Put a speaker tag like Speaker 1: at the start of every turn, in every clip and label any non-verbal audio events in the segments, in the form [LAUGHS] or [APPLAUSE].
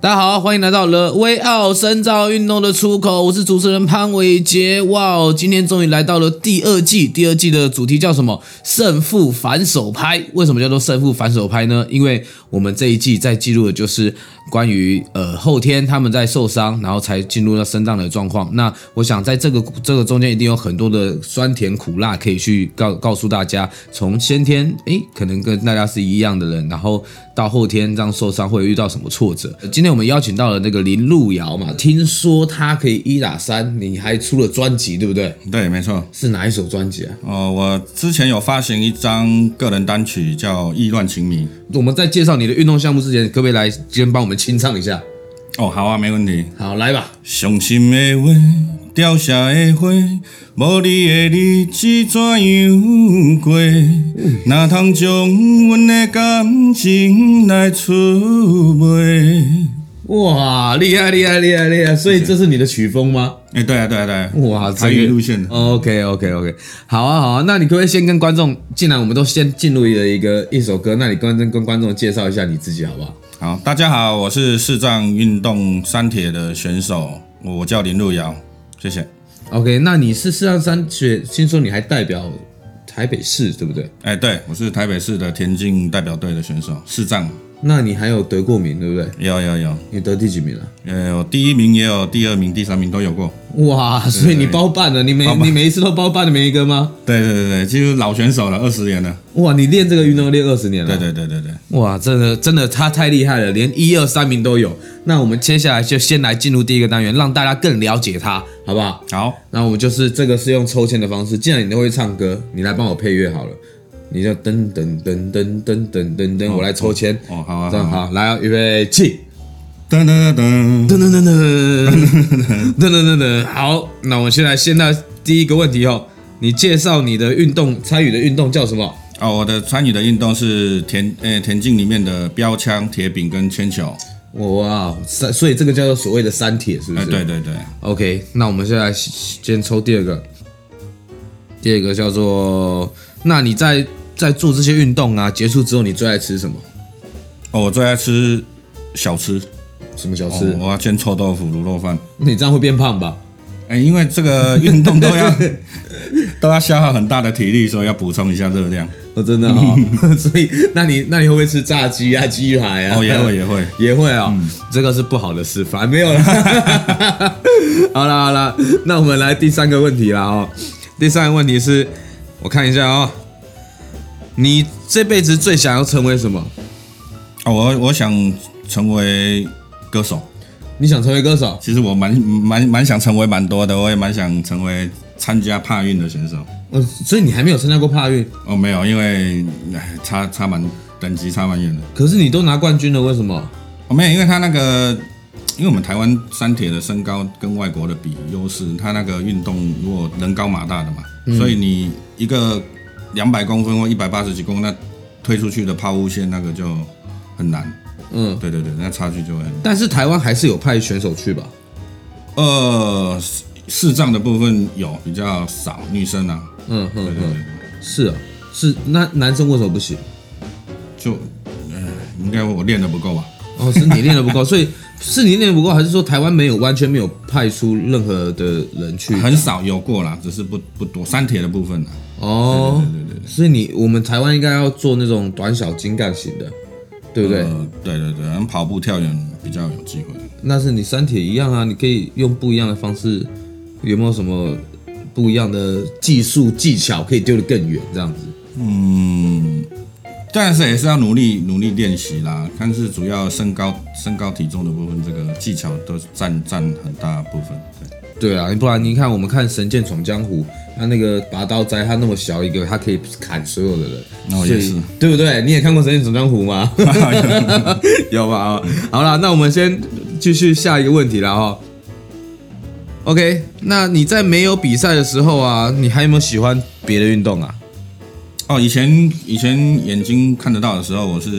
Speaker 1: 大家好，欢迎来到了威奥深造运动的出口，我是主持人潘伟杰。哇哦，今天终于来到了第二季，第二季的主题叫什么？胜负反手拍。为什么叫做胜负反手拍呢？因为我们这一季在记录的就是关于呃后天他们在受伤，然后才进入到升降的状况。那我想在这个这个中间一定有很多的酸甜苦辣可以去告告诉大家，从先天诶可能跟大家是一样的人，然后到后天这样受伤会遇到什么挫折？今天我们邀请到了那个林路遥嘛，听说他可以一打三，你还出了专辑，对不对？
Speaker 2: 对，没错。
Speaker 1: 是哪一首专辑啊？
Speaker 2: 哦，我之前有发行一张个人单曲叫《意乱情迷》。
Speaker 1: 我们在介绍你的运动项目之前，可不可以来先帮我们清唱一下？
Speaker 2: 哦，好啊，没问题。
Speaker 1: 好，来吧。
Speaker 2: 伤心的话，凋谢的花，无你的日子怎样过？哪通将阮的感情来出卖？
Speaker 1: 哇，厉害厉害厉害厉害！所以这是你的曲风吗？
Speaker 2: 哎，对啊，对啊，对啊。
Speaker 1: 哇，
Speaker 2: 台语路线的。
Speaker 1: OK OK OK，好啊好啊，那你可不可以先跟观众，既然我们都先进入了一个一首歌，那你跟跟观众介绍一下你自己好不好？
Speaker 2: 好，大家好，我是视障运动三铁的选手，我叫林路遥，谢谢。
Speaker 1: OK，那你是四上三学，听说你还代表台北市，对不对？
Speaker 2: 哎，对，我是台北市的田径代表队的选手，视障。
Speaker 1: 那你还有得过名，对不对？
Speaker 2: 有有有，
Speaker 1: 你得第几名啊了？
Speaker 2: 呃，有第一名也有第二名、第三名都有过。
Speaker 1: 哇，所以你包办了，你每
Speaker 2: 呃包办
Speaker 1: 你每一次都包办的每一个吗？
Speaker 2: 对对对对，就是老选手了，二十年了。
Speaker 1: 哇，你练这个运动练二十年了。
Speaker 2: 对对对对对，
Speaker 1: 哇，真的真的他太厉害了，连一二三名都有。那我们接下来就先来进入第一个单元，让大家更了解他，好不好？
Speaker 2: 好，
Speaker 1: 那我们就是这个是用抽签的方式，既然你都会唱歌，你来帮我配乐好了。你就噔噔噔噔噔噔噔噔，我来抽签。
Speaker 2: 哦好啊
Speaker 1: 这样
Speaker 2: 好
Speaker 1: 好，来哦，预备起。
Speaker 2: 噔噔
Speaker 1: 噔噔噔
Speaker 2: 噔
Speaker 1: 噔噔噔噔噔，好，那我们现在先到第一个问题哦，你介绍你的运动参与的运动叫什么？
Speaker 2: 哦，我的参与的运动是田呃田径里面的标枪、铁饼跟铅球。
Speaker 1: 哇，三，所以这个叫做所谓的三铁，是不
Speaker 2: 哎，
Speaker 1: 是？
Speaker 2: 对对对，
Speaker 1: OK，那我们现在先抽第二个，第二个叫做，那你在在做这些运动啊，结束之后你最爱吃什么？
Speaker 2: 哦，我最爱吃小吃，
Speaker 1: 什么小吃？
Speaker 2: 哦，我要煎臭豆腐、卤肉饭。
Speaker 1: 你这样会变胖吧？
Speaker 2: 哎，因为这个运动都
Speaker 1: [LAUGHS]
Speaker 2: 要都要消耗很大的体力，所以要补充一下热量。
Speaker 1: 哦，真的
Speaker 2: [LAUGHS]
Speaker 1: 哦，所以那你那你会不会吃炸鸡啊、鸡排啊？
Speaker 2: 哦，也会也嗯会。
Speaker 1: 也会啊、这个是不好的示范，没有了。 [LAUGHS] 好了好了，那我们来第三个问题啦哦。第三个问题是，我看一下哦，你这辈子最想要成为什么？
Speaker 2: 哦，我我想成为歌手。
Speaker 1: 你想成为歌手？
Speaker 2: 其实我蛮蛮蛮想成为蛮多的，我也蛮想成为参加帕运的选手。
Speaker 1: 呃，所以你还没有参加过帕运，
Speaker 2: 哦，没有，因为唉差差蛮等级差蛮远的。
Speaker 1: 可是你都拿冠军了，为什么？
Speaker 2: 哦，没有，因为他那个，因为我们台湾三铁的身高跟外国的比优势，他那个运动如果人高马大的嘛，所以你一个两百公分或一百八十几公分，那推出去的抛物线那个就很难。
Speaker 1: 嗯，
Speaker 2: 对对对，那差距就会很。
Speaker 1: 但是台湾还是有派选手去吧？
Speaker 2: 呃，视视障的部分有比较少，女生啊，
Speaker 1: 嗯
Speaker 2: 对
Speaker 1: 嗯
Speaker 2: 对对
Speaker 1: 嗯，。是啊，是那男生为什么不行？
Speaker 2: 就，呃，应该我练的不够吧？啊
Speaker 1: 哦，是你练的不够， [LAUGHS] 所以是你练的不够，还是说台湾没有完全没有派出任何的人去？
Speaker 2: 很少有过啦，只是不不多。三铁的部分啦，啊
Speaker 1: 哦，
Speaker 2: 对对对对对
Speaker 1: 所以你我们台湾应该要做那种短小精干型的，对不对？
Speaker 2: 呃对对对，嗯跑步、跳远比较有机会。
Speaker 1: 那是你三铁一样啊，你可以用不一样的方式，有没有什么不一样的技术技巧可以丢得更远这样子？
Speaker 2: 嗯，但是也是要努力努力练习啦。但是主要身高身高体重的部分，这个技巧都是占占很大部分。对，
Speaker 1: 对啊，不然你看我们看《神剑闯江湖》，他那个拔刀斋，他那么小一个，他可以砍所有的人，
Speaker 2: 哦
Speaker 1: 所以
Speaker 2: 也是，
Speaker 1: 对不对？你也看过《神剑闯江湖》吗？有吧？啊好啦，那我们先继续下一个问题啦哈。OK，那你在没有比赛的时候啊，你还有没有喜欢别的运动啊？
Speaker 2: 哦，以前以前眼睛看得到的时候，我是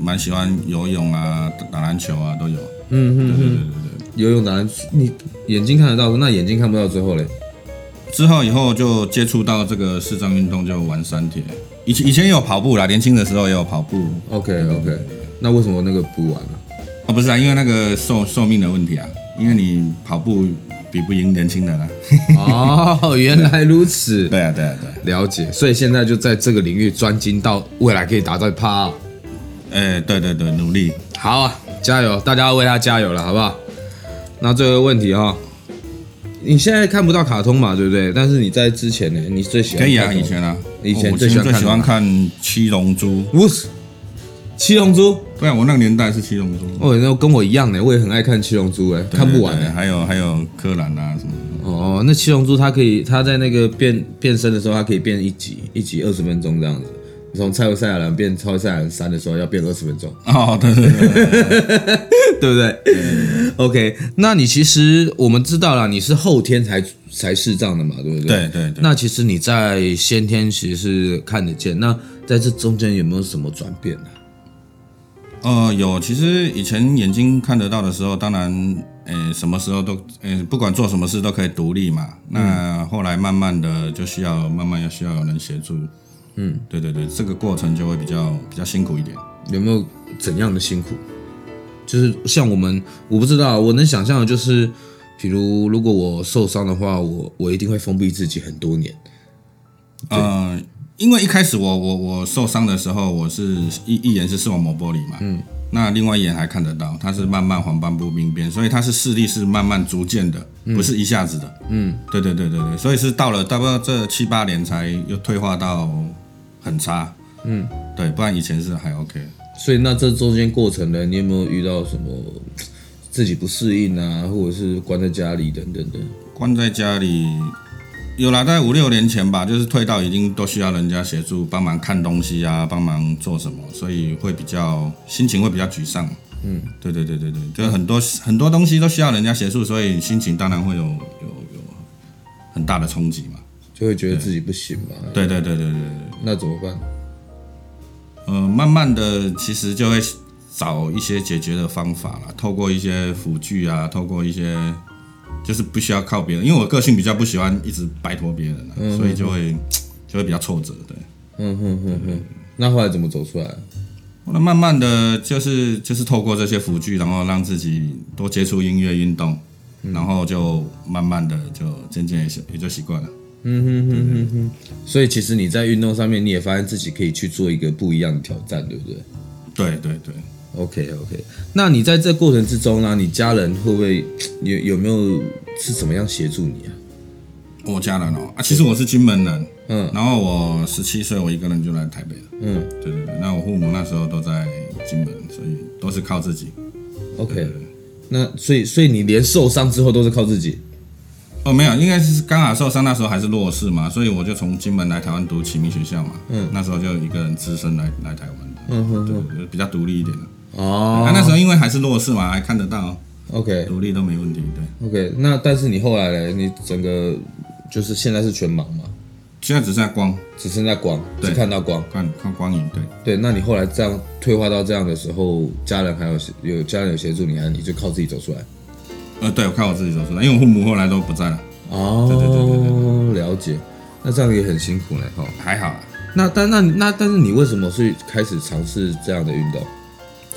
Speaker 2: 蛮喜欢游泳啊、打篮球啊都有。
Speaker 1: 嗯
Speaker 2: 对
Speaker 1: 嗯，
Speaker 2: 对对对对。
Speaker 1: 游泳、打篮球，你眼睛看得到，那眼睛看不到之后嘞？
Speaker 2: 之后以后就接触到这个视障运动，就玩三铁。以前以前也有跑步啦，年轻的时候也有跑步。
Speaker 1: OK OK，那为什么那个不玩了、
Speaker 2: 哦，不是啊，因为那个寿寿命的问题啊，因为你跑步比不赢年轻人啊。
Speaker 1: 哦，原来如此，
Speaker 2: 对啊，对啊，对啊。
Speaker 1: 了解。所以现在就在这个领域专精到未来可以达到一趴哦。
Speaker 2: 哎，对对对，努力。
Speaker 1: 好啊，加油！大家要为他加油了，好不好？那最后一个问题哈、你现在看不到卡通嘛，对不对？但是你在之前呢，你最喜欢
Speaker 2: 可以啊，
Speaker 1: 看什
Speaker 2: 以
Speaker 1: 么
Speaker 2: 前啊，
Speaker 1: 以前
Speaker 2: 我
Speaker 1: 最
Speaker 2: 最
Speaker 1: 喜欢看
Speaker 2: 喜欢看《七龙珠》。
Speaker 1: 不是七龙珠，
Speaker 2: 对啊，我那个年代是《七龙珠》
Speaker 1: 哦，那跟我一样呢，我也很爱看七龙珠哎，
Speaker 2: 对，
Speaker 1: 看不完
Speaker 2: 对对
Speaker 1: 哎。
Speaker 2: 还有还有柯南啊什么的。
Speaker 1: 哦，那七龙珠它可以，它在那个变变身的时候，它可以变一集，一集二十分钟这样子。从超级赛亚人变超级赛亚人三的时候，要变二十分钟。
Speaker 2: 哦，对对对对，
Speaker 1: 对不对？OK，那你其实我们知道了，你是后天才才视障的嘛，对不对？
Speaker 2: 对对对
Speaker 1: 那其实你在先天其实是看得见，那在这中间有没有什么转变啊呢、
Speaker 2: 呃，有。其实以前眼睛看得到的时候，当然，呃，什么时候都，呃，不管做什么事都可以独立嘛。那后来慢慢的就需要，慢慢要需要有人协助。嗯，对对对，这个过程就会比较比较辛苦一点。
Speaker 1: 有没有怎样的辛苦？就是像我们，我不知道，我能想象的就是，比如如果我受伤的话，我我一定会封闭自己很多年。
Speaker 2: 呃，因为一开始我我我受伤的时候，我是一一眼是视网膜玻璃嘛，嗯，那另外一眼还看得到，它是慢慢黄斑部病变，所以它是视力是慢慢逐渐的，不是一下子的，嗯，对对对对对，所以是到了大概这七八年才又退化到很差，嗯，对，不然以前是还 OK，
Speaker 1: 所以那这中间过程呢，你有没有遇到什么自己不适应啊，或者是关在家里等等的？
Speaker 2: 关在家里。有啦，大概五六年前吧，就是退到已经都需要人家协助，帮忙看东西啊，帮忙做什么，所以会比较心情会比较沮丧。对对对对对，就是很多、很多东西都需要人家协助，所以心情当然会有有有很大的冲击嘛。
Speaker 1: 就会觉得自己不行嘛。
Speaker 2: 对对对对对对，
Speaker 1: 那怎么办？
Speaker 2: 呃，慢慢的其实就会找一些解决的方法啦，透过一些辅具啊，透过一些就是不需要靠别人，因为我个性比较不喜欢一直拜托别人、啊，所以就会就会比较挫折。对，
Speaker 1: 嗯哼哼哼，那后来怎么走出来？
Speaker 2: 后来慢慢的就是就是透过这些辅具，然后让自己多接触音乐运动，然后就慢慢的就渐渐也习也就习惯了。
Speaker 1: 所以其实你在运动上面，你也发现自己可以去做一个不一样的挑战，对不对
Speaker 2: 对对对，
Speaker 1: ？OK OK，那你在这过程之中呢、啊你家人会不会有有没有是怎么样协助你啊？
Speaker 2: 我家人哦，啊，其实我是金门人，
Speaker 1: 嗯，
Speaker 2: 然后我十七岁，我一个人就来台北了，
Speaker 1: 嗯
Speaker 2: 对对对，那我父母那时候都在金门，所以都是靠自己。
Speaker 1: ，OK，那所以所以你连受伤之后都是靠自己。
Speaker 2: 哦，没有，应该是刚好受伤，那时候还是弱势嘛，所以我就从金门来台湾读启明学校嘛，嗯，那时候就一个人只身来来台湾的，嗯哼对，就比较独立一点的。
Speaker 1: 哦
Speaker 2: 啊，那时候因为还是弱势嘛，还看得到，
Speaker 1: ，OK
Speaker 2: 独立都没问题。对，
Speaker 1: OK，那但是你后来呢？你整个就是现在是全盲嘛，
Speaker 2: 现在只剩下光，
Speaker 1: 只剩下光，只
Speaker 2: 对
Speaker 1: 看到光。
Speaker 2: 看看光影。对，
Speaker 1: 对，那你后来这样退化到这样的时候，家人还有有家人有协助你，还是你就靠自己走出来？
Speaker 2: 呃，对我看我自己走出来，因为我父母后来都不在了，
Speaker 1: 哦，
Speaker 2: 对对对对
Speaker 1: 了解。那这样也很辛苦嘞，哈。
Speaker 2: 还好啦。啊
Speaker 1: 那但那那但是你为什么是开始尝试这样的运动？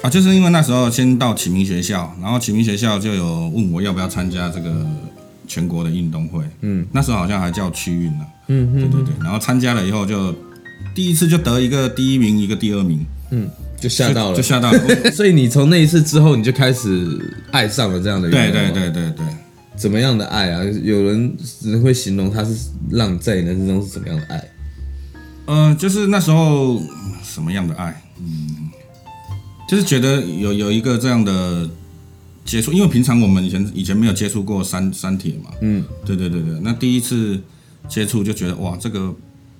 Speaker 2: 啊，就是因为那时候先到启明学校，然后启明学校就有问我要不要参加这个全国的运动会，嗯，那时候好像还叫区运呢，嗯对对对，然后参加了以后就第一次就得一个第一名，一个第二名，
Speaker 1: 就吓到了 [LAUGHS]
Speaker 2: 就，吓到了，哦我
Speaker 1: 所以你从那一次之后，你就开始爱上了这样的运动。
Speaker 2: 对对，对对对，
Speaker 1: 怎么样的爱啊？有人人会形容它是让在你人生中是怎么样的爱？
Speaker 2: 呃，就是那时候嗯什么样的爱，嗯，就是觉得有有一个这样的接触，因为平常我们以前以前没有接触过山山铁嘛，嗯，对对对对，那第一次接触就觉得哇，这个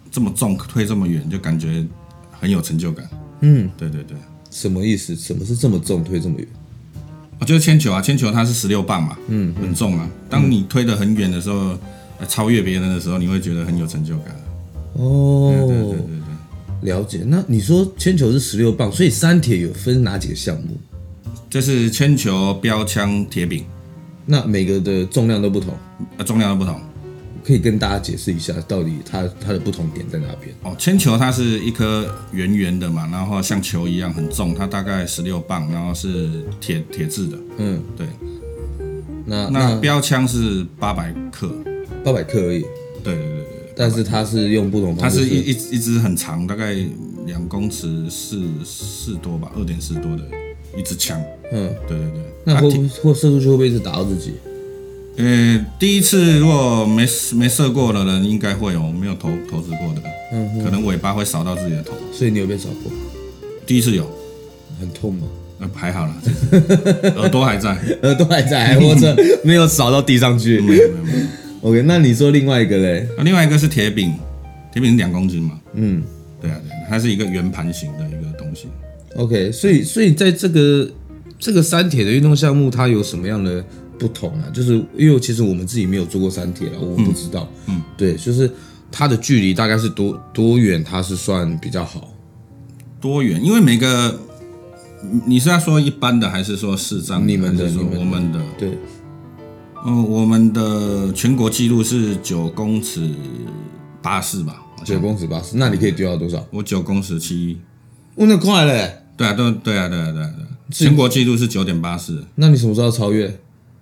Speaker 2: 这么重推这么远，就感觉很有成就感，嗯，对对对，
Speaker 1: 什么意思？什么是这么重推这么远？
Speaker 2: 我觉得铅球啊，铅球它是十六磅嘛，嗯，很重啊，当你推得很远的时候，呃超越别人的时候，你会觉得很有成就感，
Speaker 1: 哦，
Speaker 2: 对对对对。
Speaker 1: 了解，那你说铅球是十六磅，所以三铁有分哪几个项目？
Speaker 2: 这是铅球、标枪、铁饼，
Speaker 1: 那每个的重量都不同，
Speaker 2: 呃，重量都不同。
Speaker 1: 可以跟大家解释一下，到底它它的不同点在哪边？
Speaker 2: 哦，铅球它是一颗圆圆的嘛，然后像球一样很重，它大概十六磅，然后是铁铁质的，
Speaker 1: 嗯，
Speaker 2: 对。
Speaker 1: 那
Speaker 2: 那
Speaker 1: 那
Speaker 2: 标枪是八百克，
Speaker 1: 八百克而已，
Speaker 2: 对对对对，
Speaker 1: 但是它是用不同
Speaker 2: 它
Speaker 1: 方式，
Speaker 2: 是一一一支很长，大概两公尺四四多吧，二点四多的一支枪，
Speaker 1: 嗯，
Speaker 2: 对对对。啊
Speaker 1: 那
Speaker 2: 它
Speaker 1: 会
Speaker 2: 挺
Speaker 1: 会射出去会不会一直打到自己？
Speaker 2: 呃，第一次如果没没射过的人应该会有没有投投掷过的，可能尾巴会扫到自己的头。
Speaker 1: 所以你有被扫过，
Speaker 2: 第一次有，
Speaker 1: 很痛吗？ [LAUGHS]
Speaker 2: 呃，还 [LAUGHS] 好啦，这次耳朵还在，
Speaker 1: 呃，都还在，还活着，
Speaker 2: [LAUGHS]
Speaker 1: 没有扫到地上去。
Speaker 2: 没有没有没有。
Speaker 1: OK，那你说另外一个嘞？
Speaker 2: 啊那另外一个是铁饼，铁饼是两公斤嘛，
Speaker 1: 嗯
Speaker 2: 对啊对啊，它是一个圆盘形的一个东西。
Speaker 1: ，OK，所以所以在这个这个三铁的运动项目，它有什么样的不同啊？就是因为其实我们自己没有做过三铁了，我们不知道。嗯，对，就是它的距离大概是多多远，它是算比较好？
Speaker 2: 多元，因为每个你你是要说一般的，还是说市长
Speaker 1: 你们的
Speaker 2: 还是说
Speaker 1: 你们的
Speaker 2: 我们的？
Speaker 1: 对，
Speaker 2: 嗯、我们的全国纪录是九公尺八四吧，好像
Speaker 1: 九公尺八十，那你可以丢到多少？
Speaker 2: 我九公尺七一。
Speaker 1: 哦，那快嘞！
Speaker 2: 对啊，对对啊，对啊，对啊，对啊，全国纪录是九点八四，
Speaker 1: 那你什么时候要超越？ [LAUGHS]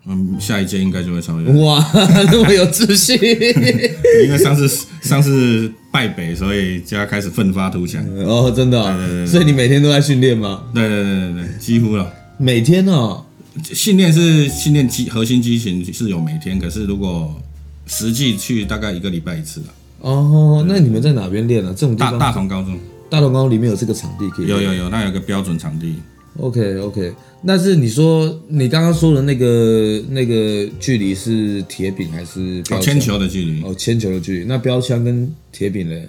Speaker 2: 嗯，下一届应该就会超越，
Speaker 1: 哇，那么有自
Speaker 2: [LAUGHS]
Speaker 1: 信！
Speaker 2: 因为上次上次败北，所以就要开始奋发图强。
Speaker 1: 哦，真的哦、所以你每天都在训练吗？
Speaker 2: 对对对对对，几乎了。
Speaker 1: 每天哦，
Speaker 2: 训练是训练肌核心肌群是有每天，可是如果实际去大概一个礼拜一次了。
Speaker 1: 哦，那你们在哪边练啊？这种地
Speaker 2: 大
Speaker 1: 方
Speaker 2: 大同高中
Speaker 1: 大同高里面有这个场地可以
Speaker 2: 有有有，那有个标准场地，
Speaker 1: OK OK，但是你说你刚刚说的那个那个距离是铁饼还是标
Speaker 2: 哦，
Speaker 1: 枪
Speaker 2: 铅球的距离。
Speaker 1: 哦，铅球的距离，那标枪跟铁饼嘞？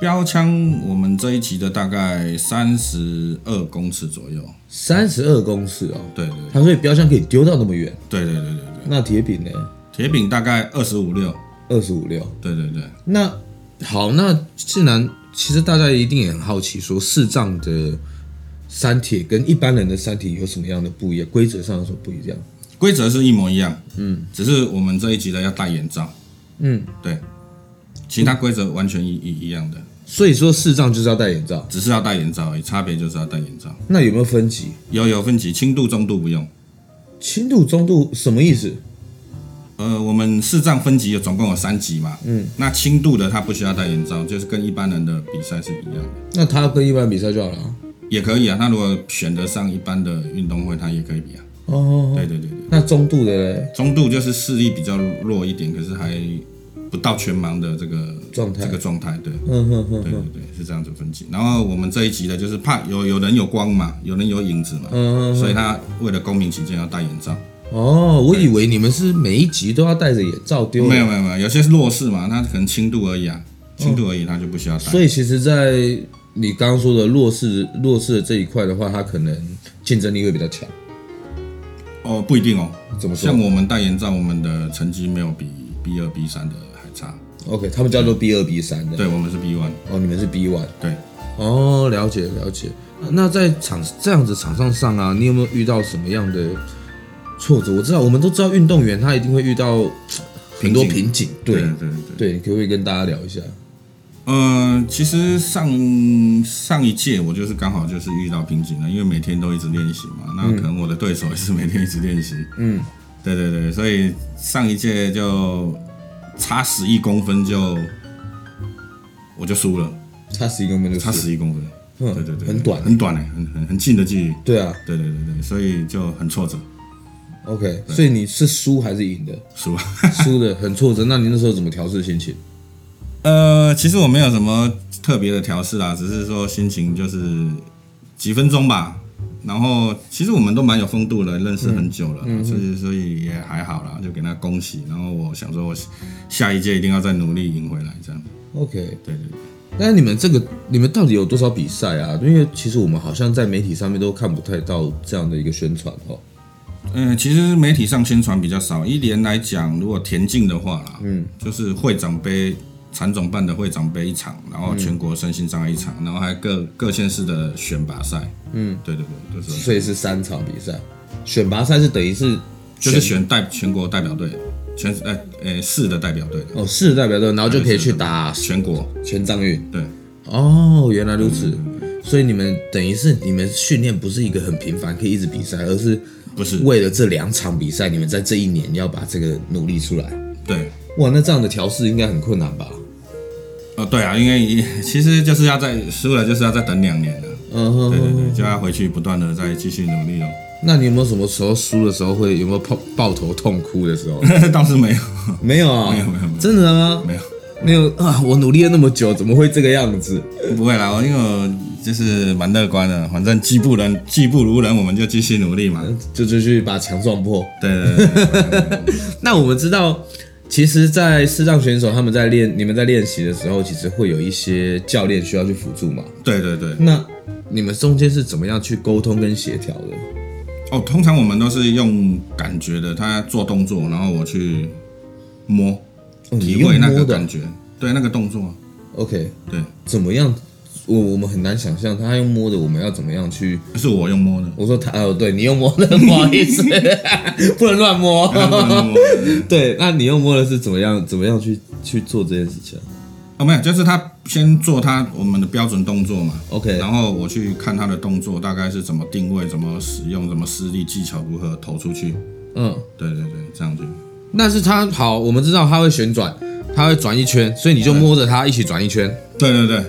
Speaker 2: 标枪我们这一期的大概三十二公尺左右。
Speaker 1: 三十二公尺哦，
Speaker 2: 对对
Speaker 1: 他所以标枪可以丢到那么远，
Speaker 2: 对对对对对，
Speaker 1: 那铁饼嘞
Speaker 2: 铁饼大概二十五六。
Speaker 1: 二十五六。
Speaker 2: 对对对，
Speaker 1: 那好，那既然其实大家一定也很好奇，说视障的山铁跟一般人的山铁有什么样的不一样？规则上有什么不一样？
Speaker 2: 规则是一模一样。嗯，只是我们这一集的要戴眼罩。
Speaker 1: 嗯，
Speaker 2: 对，其他规则完全一一一样的，
Speaker 1: 所以说视障就是要戴眼罩，
Speaker 2: 只是要戴眼罩而已，差别就是要戴眼罩。
Speaker 1: 那有没有分级？
Speaker 2: 有有分级，轻度、中度不用。
Speaker 1: 轻度、中度什么意思？
Speaker 2: 呃，我们视障分级有总共有三级嘛，嗯，那轻度的他不需要戴眼罩，就是跟一般人的比赛是一样的，
Speaker 1: 那他跟一般比赛就好了啊、
Speaker 2: 也可以啊。他如果选得上一般的运动会，他也可以比啊。
Speaker 1: 哦，
Speaker 2: 对对对对，
Speaker 1: 那中度的嘞？
Speaker 2: 中度就是视力比较弱一点，可是还不到全盲的这个
Speaker 1: 状态
Speaker 2: 这个状态，对。
Speaker 1: 嗯哼哼
Speaker 2: 对
Speaker 1: 哼，
Speaker 2: 对对，是这样子分级。然后我们这一集的就是怕有有人有光嘛，有人有影子嘛，
Speaker 1: 嗯
Speaker 2: 所以他为了公民起见要戴眼罩。
Speaker 1: 哦，我以为你们是每一集都要戴着眼罩丢，
Speaker 2: 没有，没有没有，有些是弱势嘛，他可能轻度而已啊，轻度而已，他就不需要戴。
Speaker 1: 嗯所以其实，在你刚刚说的弱势弱势的这一块的话，他可能竞争力会比较强。
Speaker 2: 哦，不一定哦。
Speaker 1: 怎么说
Speaker 2: 像我们戴眼罩，我们的成绩没有比 B 二、B 三的还差。
Speaker 1: ？OK，他们叫做 B 二 B 三的，
Speaker 2: 对，我们是 B one。
Speaker 1: 哦，你们是 B one，
Speaker 2: 对，
Speaker 1: 哦，了解了解。那在场这样子场上上啊，你有没有遇到什么样的挫折？我知道，我们都知道运动员他一定会遇到很多瓶颈，对
Speaker 2: 对对对。
Speaker 1: 对，你可不可以跟大家聊一下？
Speaker 2: 嗯、其实上上一届我就是刚好就是遇到瓶颈了，因为每天都一直练习嘛，那可能我的对手也是每天一直练习。
Speaker 1: 嗯，
Speaker 2: 对对对，所以上一届就差十一公分就我就输了，
Speaker 1: 差十一公分就
Speaker 2: 差
Speaker 1: 是
Speaker 2: 十一公分。
Speaker 1: 嗯
Speaker 2: 对对对，
Speaker 1: 很短
Speaker 2: 很短哎、很很很近的距离。
Speaker 1: 对啊
Speaker 2: 对对对对，所以就很挫折，
Speaker 1: ，OK，所以你是输还是赢
Speaker 2: [LAUGHS]
Speaker 1: 的？
Speaker 2: 输了。
Speaker 1: 输的很挫折，那你那时候怎么调试心情？
Speaker 2: 呃，其实我没有什么特别的调试啦，只是说心情就是几分钟吧。然后其实我们都蛮有风度的，认识很久了，所以所以也还好啦，就给他恭喜。然后我想说，我下一届一定要再努力赢回来，这样。
Speaker 1: OK，
Speaker 2: 对对对。
Speaker 1: 那你们这个你们到底有多少比赛啊？因为其实我们好像在媒体上面都看不太到这样的一个宣传哦。
Speaker 2: 嗯、其实媒体上宣传比较少。一年来讲，如果田径的话啦，嗯，就是会长杯、产总办的会长杯一场，然后全国身心障碍一场，然后还各各县市的选拔赛，嗯，对对对，就是
Speaker 1: 所以是三场比赛，选拔赛是等于是
Speaker 2: 就是选代全国代表队，全呃呃市的代表队，
Speaker 1: 哦，是代表队，然后就可以去打
Speaker 2: 全国
Speaker 1: 全藏运。
Speaker 2: 对，
Speaker 1: 哦，原来如此。
Speaker 2: 嗯
Speaker 1: 所以你们等于是你们训练不是一个很频繁可以一直比赛，而是
Speaker 2: 不是
Speaker 1: 为了这两场比赛，你们在这一年要把这个努力出来。
Speaker 2: 对，
Speaker 1: 哇，那这样的调试应该很困难吧？
Speaker 2: 呃对啊，因为其实就是要在输了就是要再等两年了，
Speaker 1: 嗯哼
Speaker 2: 对对对，就要回去不断的再继续努力哦。
Speaker 1: 那你有没有什么时候输的时候会有没有抱抱头痛哭的时候？
Speaker 2: [LAUGHS] 倒是没有，
Speaker 1: [LAUGHS] 没有啊，
Speaker 2: 没有没有没有
Speaker 1: 真的吗？
Speaker 2: 没有。
Speaker 1: 没有啊，我努力了那么久，怎么会这个样子？
Speaker 2: 不会啦，我因为我就是蛮乐观的，反正技不能技不如人，我们就继续努力嘛。
Speaker 1: 就就去把墙撞破。
Speaker 2: 对对对对对，
Speaker 1: 那我们知道，其实，在视障选手他们在练，你们在练习的时候，其实会有一些教练需要去辅助嘛。
Speaker 2: 对对对。
Speaker 1: 那你们中间是怎么样去沟通跟协调的？
Speaker 2: 哦，通常我们都是用感觉的，他做动作，然后我去摸，
Speaker 1: 哦你
Speaker 2: 体
Speaker 1: 用
Speaker 2: 会那
Speaker 1: 摸
Speaker 2: 个
Speaker 1: 的
Speaker 2: 感觉，对那个动作，
Speaker 1: OK，
Speaker 2: 对，
Speaker 1: 怎么样？我我们很难想象他用摸的，我们要怎么样去？。
Speaker 2: 是我用摸的
Speaker 1: 我说他哦，对你用摸的，不好意 [LAUGHS] 思，不能乱摸。嗯对，那你用摸的是怎么样？怎么样去去做这件事情啊
Speaker 2: 哦，没有，就是他先做他我们的标准动作嘛，
Speaker 1: ？OK，
Speaker 2: 然后我去看他的动作大概是怎么定位、怎么使用、怎么施力、技巧如何投出去。
Speaker 1: 嗯，
Speaker 2: 对对对，这样子。
Speaker 1: 那是他好，我们知道他会旋转，他会转一圈，所以你就摸着他一起转一圈。
Speaker 2: 对对对，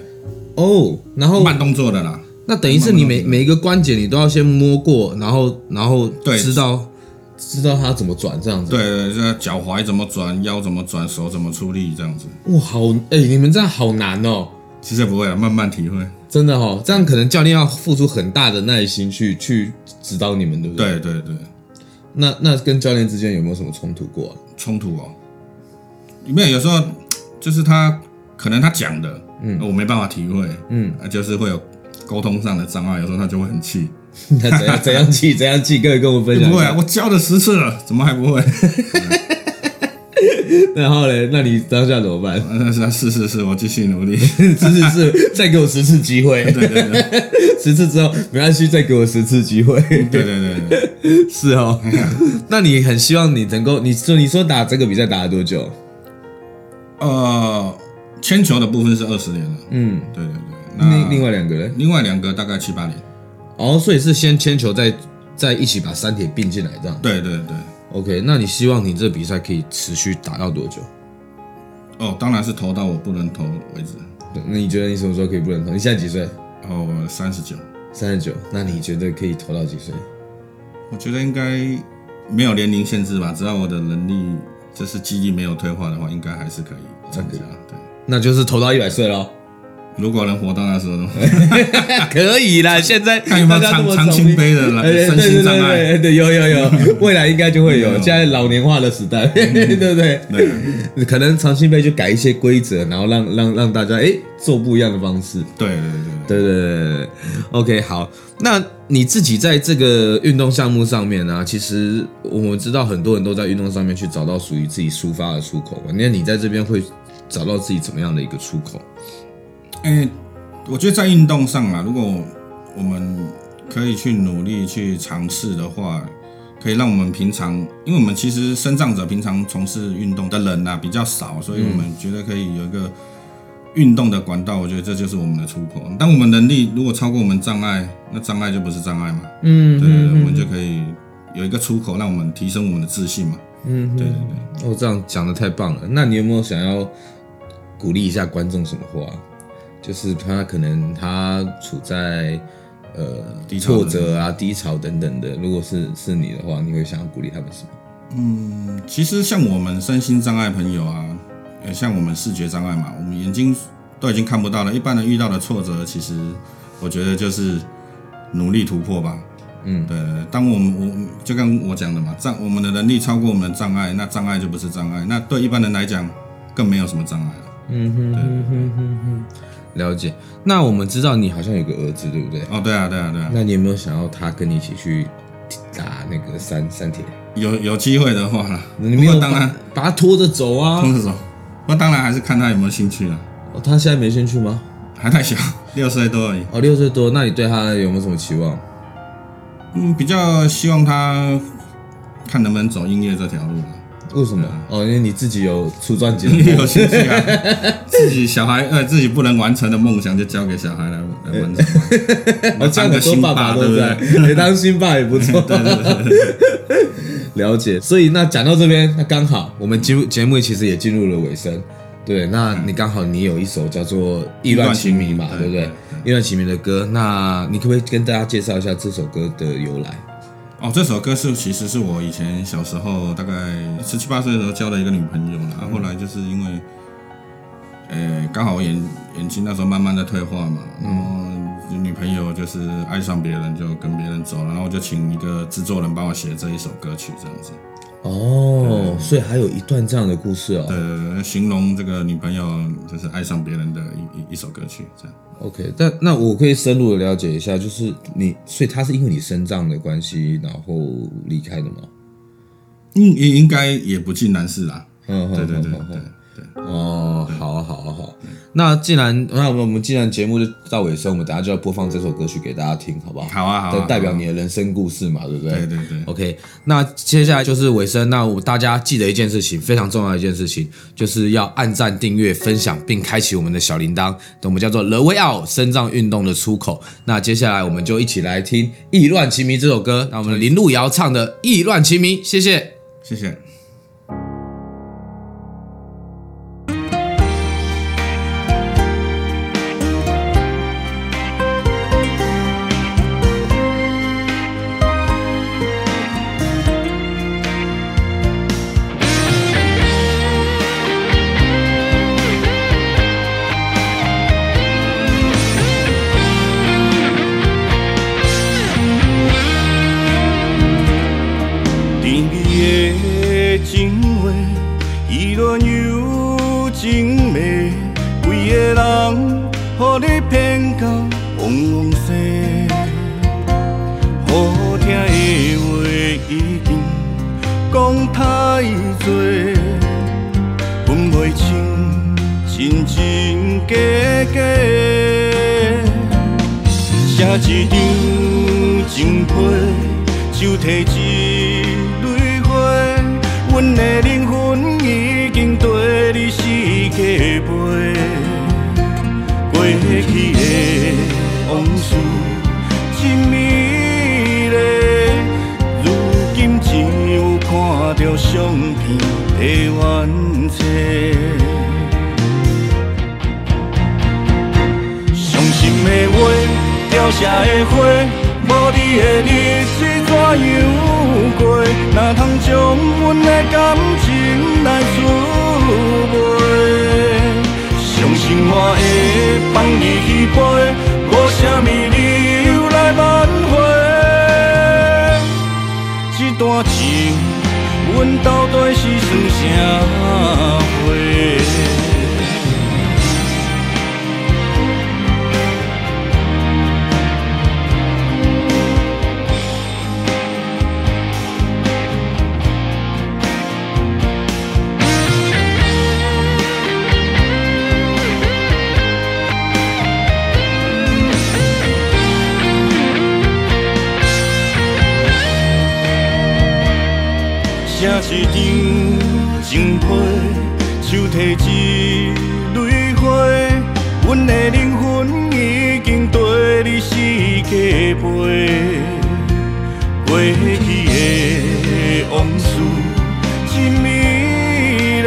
Speaker 1: 哦，然后
Speaker 2: 慢动作的啦。
Speaker 1: 那等于是你每每一个关节你都要先摸过，然后然后
Speaker 2: 对
Speaker 1: 知道知道它怎么转这样子。
Speaker 2: 对对，这脚踝怎么转，腰怎么转，手怎么出力，这样子。
Speaker 1: 哇，好哎、你们这样好难哦，
Speaker 2: 其实也不会啊，慢慢体会。
Speaker 1: 真的哦，这样可能教练要付出很大的耐心去去指导你们，对不对？对。
Speaker 2: 对对对，
Speaker 1: 那那跟教练之间有没有什么冲突过、啊？ [LAUGHS]
Speaker 2: 冲突哦，没有，有时候就是他可能他讲的，嗯，我没办法体会，嗯，就是会有沟通上的障碍，有时候他就会很气。
Speaker 1: 那怎样怎样记怎样记？各位跟我分享一
Speaker 2: 不会啊，
Speaker 1: 下。
Speaker 2: 我教了十次了，怎么还不会？ [LAUGHS]
Speaker 1: 然后嘞，那你当下怎么办？ [LAUGHS]
Speaker 2: 那是啊是是是，我继续努力。
Speaker 1: 十次是再给我十次机会，
Speaker 2: [LAUGHS] 对对对对
Speaker 1: [LAUGHS] 十次之后没关系，再给我十次机会。
Speaker 2: 对对
Speaker 1: [LAUGHS]
Speaker 2: 对，
Speaker 1: 是哦，
Speaker 2: 哎
Speaker 1: [LAUGHS] 那你很希望你能够，你说你说打这个比赛打了多久？
Speaker 2: 呃，铅球的部分是二十年了，
Speaker 1: 嗯，
Speaker 2: 对对对。那
Speaker 1: 另另外两个人，
Speaker 2: 另外两个大概七八年，
Speaker 1: 哦，所以是先铅球再再一起把三铁并进来这样。
Speaker 2: 对对对。
Speaker 1: OK，那你希望你这比赛可以持续打到多久？
Speaker 2: 哦，当然是投到我不能投为止。
Speaker 1: 那你觉得你什么时候可以不能投？你现在几岁？
Speaker 2: 哦，我三十九，
Speaker 1: 三十九。那你觉得可以投到几岁？
Speaker 2: 我觉得应该没有年龄限制吧，只要我的能力就是记忆没有退化的话，应该还是可以参加。对，
Speaker 1: 那就是投到一百岁
Speaker 2: [LAUGHS]
Speaker 1: 喽。
Speaker 2: 如果能活到那
Speaker 1: [LAUGHS]
Speaker 2: 时候的话，
Speaker 1: 可以啦，现在
Speaker 2: 看有没
Speaker 1: 大
Speaker 2: 有
Speaker 1: 家这
Speaker 2: 长
Speaker 1: 么
Speaker 2: 长
Speaker 1: 早
Speaker 2: 青
Speaker 1: 命
Speaker 2: 杯的啦
Speaker 1: [LAUGHS] 哎，对
Speaker 2: 身
Speaker 1: 对
Speaker 2: 心
Speaker 1: 对
Speaker 2: 障
Speaker 1: 对
Speaker 2: 碍。
Speaker 1: 对对，有有
Speaker 2: [LAUGHS]
Speaker 1: 有，未来应该就会有，
Speaker 2: 有
Speaker 1: 现在老年化的时代， [LAUGHS] 对不对？
Speaker 2: 嗯对，啊
Speaker 1: 可能长期杯就改一些规则，然后让让让大家哎做不一样的方式。
Speaker 2: 对对对对，
Speaker 1: 对对对对对，OK，好。那你自己在这个运动项目上面呢、其实我们知道很多人都在运动上面去找到属于自己抒发的出口嘛。那你在这边会找到自己怎么样的一个出口？
Speaker 2: 哎、我觉得在运动上啊，如果我们可以去努力去尝试的话。可以让我们平常，因为我们其实身障者平常从事运动的人啊比较少，所以我们觉得可以有一个运动的管道，我觉得这就是我们的出口。当我们能力如果超过我们障碍，那障碍就不是障碍嘛。
Speaker 1: 嗯
Speaker 2: 对对对，我们就可以有一个出口，让我们提升我们的自信嘛。
Speaker 1: 嗯，
Speaker 2: 对对对，
Speaker 1: 哦，这样讲的太棒了。那你有没有想要鼓励一下观众什么话？就是他可能他处在呃
Speaker 2: 低潮
Speaker 1: 挫
Speaker 2: 的
Speaker 1: 折啊、低潮等等的，如果是是你的话，你会想要鼓励他们什么？
Speaker 2: 嗯，其实像我们身心障碍朋友啊，呃，像我们视觉障碍嘛，我们眼睛都已经看不到了，一般人遇到的挫折，其实我觉得就是努力突破吧。
Speaker 1: 嗯
Speaker 2: 对，对对当我们我就跟我讲的嘛，障我们的能力超过我们的障碍，那障碍就不是障碍，那对一般人来讲更没有什么障碍了。
Speaker 1: 嗯哼哼哼哼哼，了解。那我们知道你好像有个儿子，对不对？
Speaker 2: 哦，对啊，对啊，对啊，
Speaker 1: 那你有没有想要他跟你一起去打那个三三铁？
Speaker 2: 有有机会的话啦，
Speaker 1: 你
Speaker 2: 不
Speaker 1: 没有
Speaker 2: 过当然，
Speaker 1: 把他拖着走啊？
Speaker 2: 通着走，不过当然还是看他有没有兴趣了。
Speaker 1: 哦，他现在没兴趣吗？
Speaker 2: 还太小，六岁多而已。
Speaker 1: 哦，六岁多，那你对他有没有什么期望？ [LAUGHS]
Speaker 2: 嗯，比较希望他看能不能走音乐这条路吧。
Speaker 1: 为什么？哦，因为你自己有出专辑的
Speaker 2: 你 [LAUGHS] 有
Speaker 1: 梦，
Speaker 2: 兴趣啊？自己小孩呃自己不能完成的梦想，就交给小孩来来完成嘛。
Speaker 1: [LAUGHS] 我啊这样很多爸爸都在，
Speaker 2: 当个
Speaker 1: 哎，当新爸也不错。
Speaker 2: [LAUGHS] 对对对对，
Speaker 1: [LAUGHS] 了解，所以那讲到这边，那刚好我们节目节目其实也进入了尾声，对，那你刚好你有一首叫做《意乱情迷》嘛，
Speaker 2: 意乱
Speaker 1: 对
Speaker 2: 情迷
Speaker 1: 不对？
Speaker 2: 对
Speaker 1: 《意乱情迷》的歌，那你可不可以跟大家介绍一下这首歌的由来？
Speaker 2: 哦，这首歌是其实是我以前小时候大概十七八岁的时候交的一个女朋友
Speaker 1: 嗯
Speaker 2: 啦，后来就是因为，呃，刚好我眼眼睛那时候慢慢在退化嘛，
Speaker 1: 嗯
Speaker 2: 然后女朋友就是爱上别人就跟别人走了，然后我就请一个制作人帮我写这一首歌曲这样子。
Speaker 1: 哦，所以还有一段这样的故事哦。
Speaker 2: 呃，形容这个女朋友就是爱上别人的一一一首歌曲，这样。
Speaker 1: OK，但那我可以深入的了解一下，就是你，所以他是因为你身障的关系，然后离开的吗？
Speaker 2: 嗯，也应该也不尽然是啦。
Speaker 1: 嗯，
Speaker 2: 对对
Speaker 1: 嗯嗯嗯
Speaker 2: 对对嗯
Speaker 1: 嗯
Speaker 2: 对，
Speaker 1: 哦，好啊，好啊，好啊。那既然那我们我们既然节目就到尾声，我们等下就要播放这首歌曲给大家听，好不好？
Speaker 2: 好啊好啊
Speaker 1: 这
Speaker 2: 好啊
Speaker 1: 代表你的人生故事嘛，对不对？
Speaker 2: 对对对。
Speaker 1: OK，那接下来就是尾声。那我大家记得一件事情，非常重要的一件事情，就是要按赞、订阅、分享，并开启我们的小铃铛。我们叫做“勒维奥深藏运动的出口”。那接下来我们就一起来听《意乱情迷》这首歌。那我们林路遥唱的《意乱情迷》，谢谢。
Speaker 2: 谢谢。
Speaker 3: 甜蜜的情话，意乱又情迷，规个人予你骗到戆戆西。好听的话已经讲太多，分袂清真真假假。写一张情批，手提一蕊花，阮的灵魂已经跟你四界飞。过去的往事真美丽，如今只有看到相片的原册。伤心的话，凋谢的花，无你的日子怎样过？哪通将阮的感情来滋味？伤心我的放你去飞，无什么理由来挽回。这段情，阮到底是算啥货？写一张情批，手提一蕊花，阮的灵魂已经跟你四界飞。过去的往事真美丽，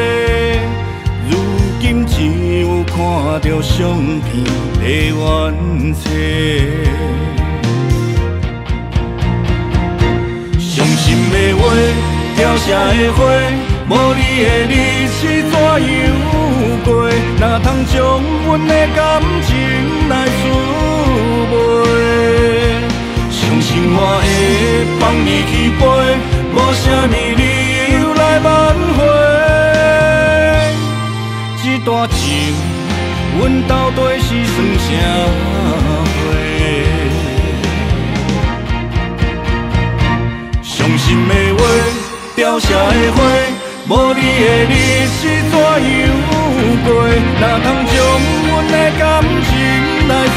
Speaker 3: 如今只有看到相片的原册。伤心的话，凋谢的花，无你的日子怎样过？哪通将阮的感情来滋味？相信我会放你去飞，无什么理由来挽回。这段情，阮到底是算啥货？伤心的话，凋谢的花，无你的日子怎样过？哪通将阮的感情来滋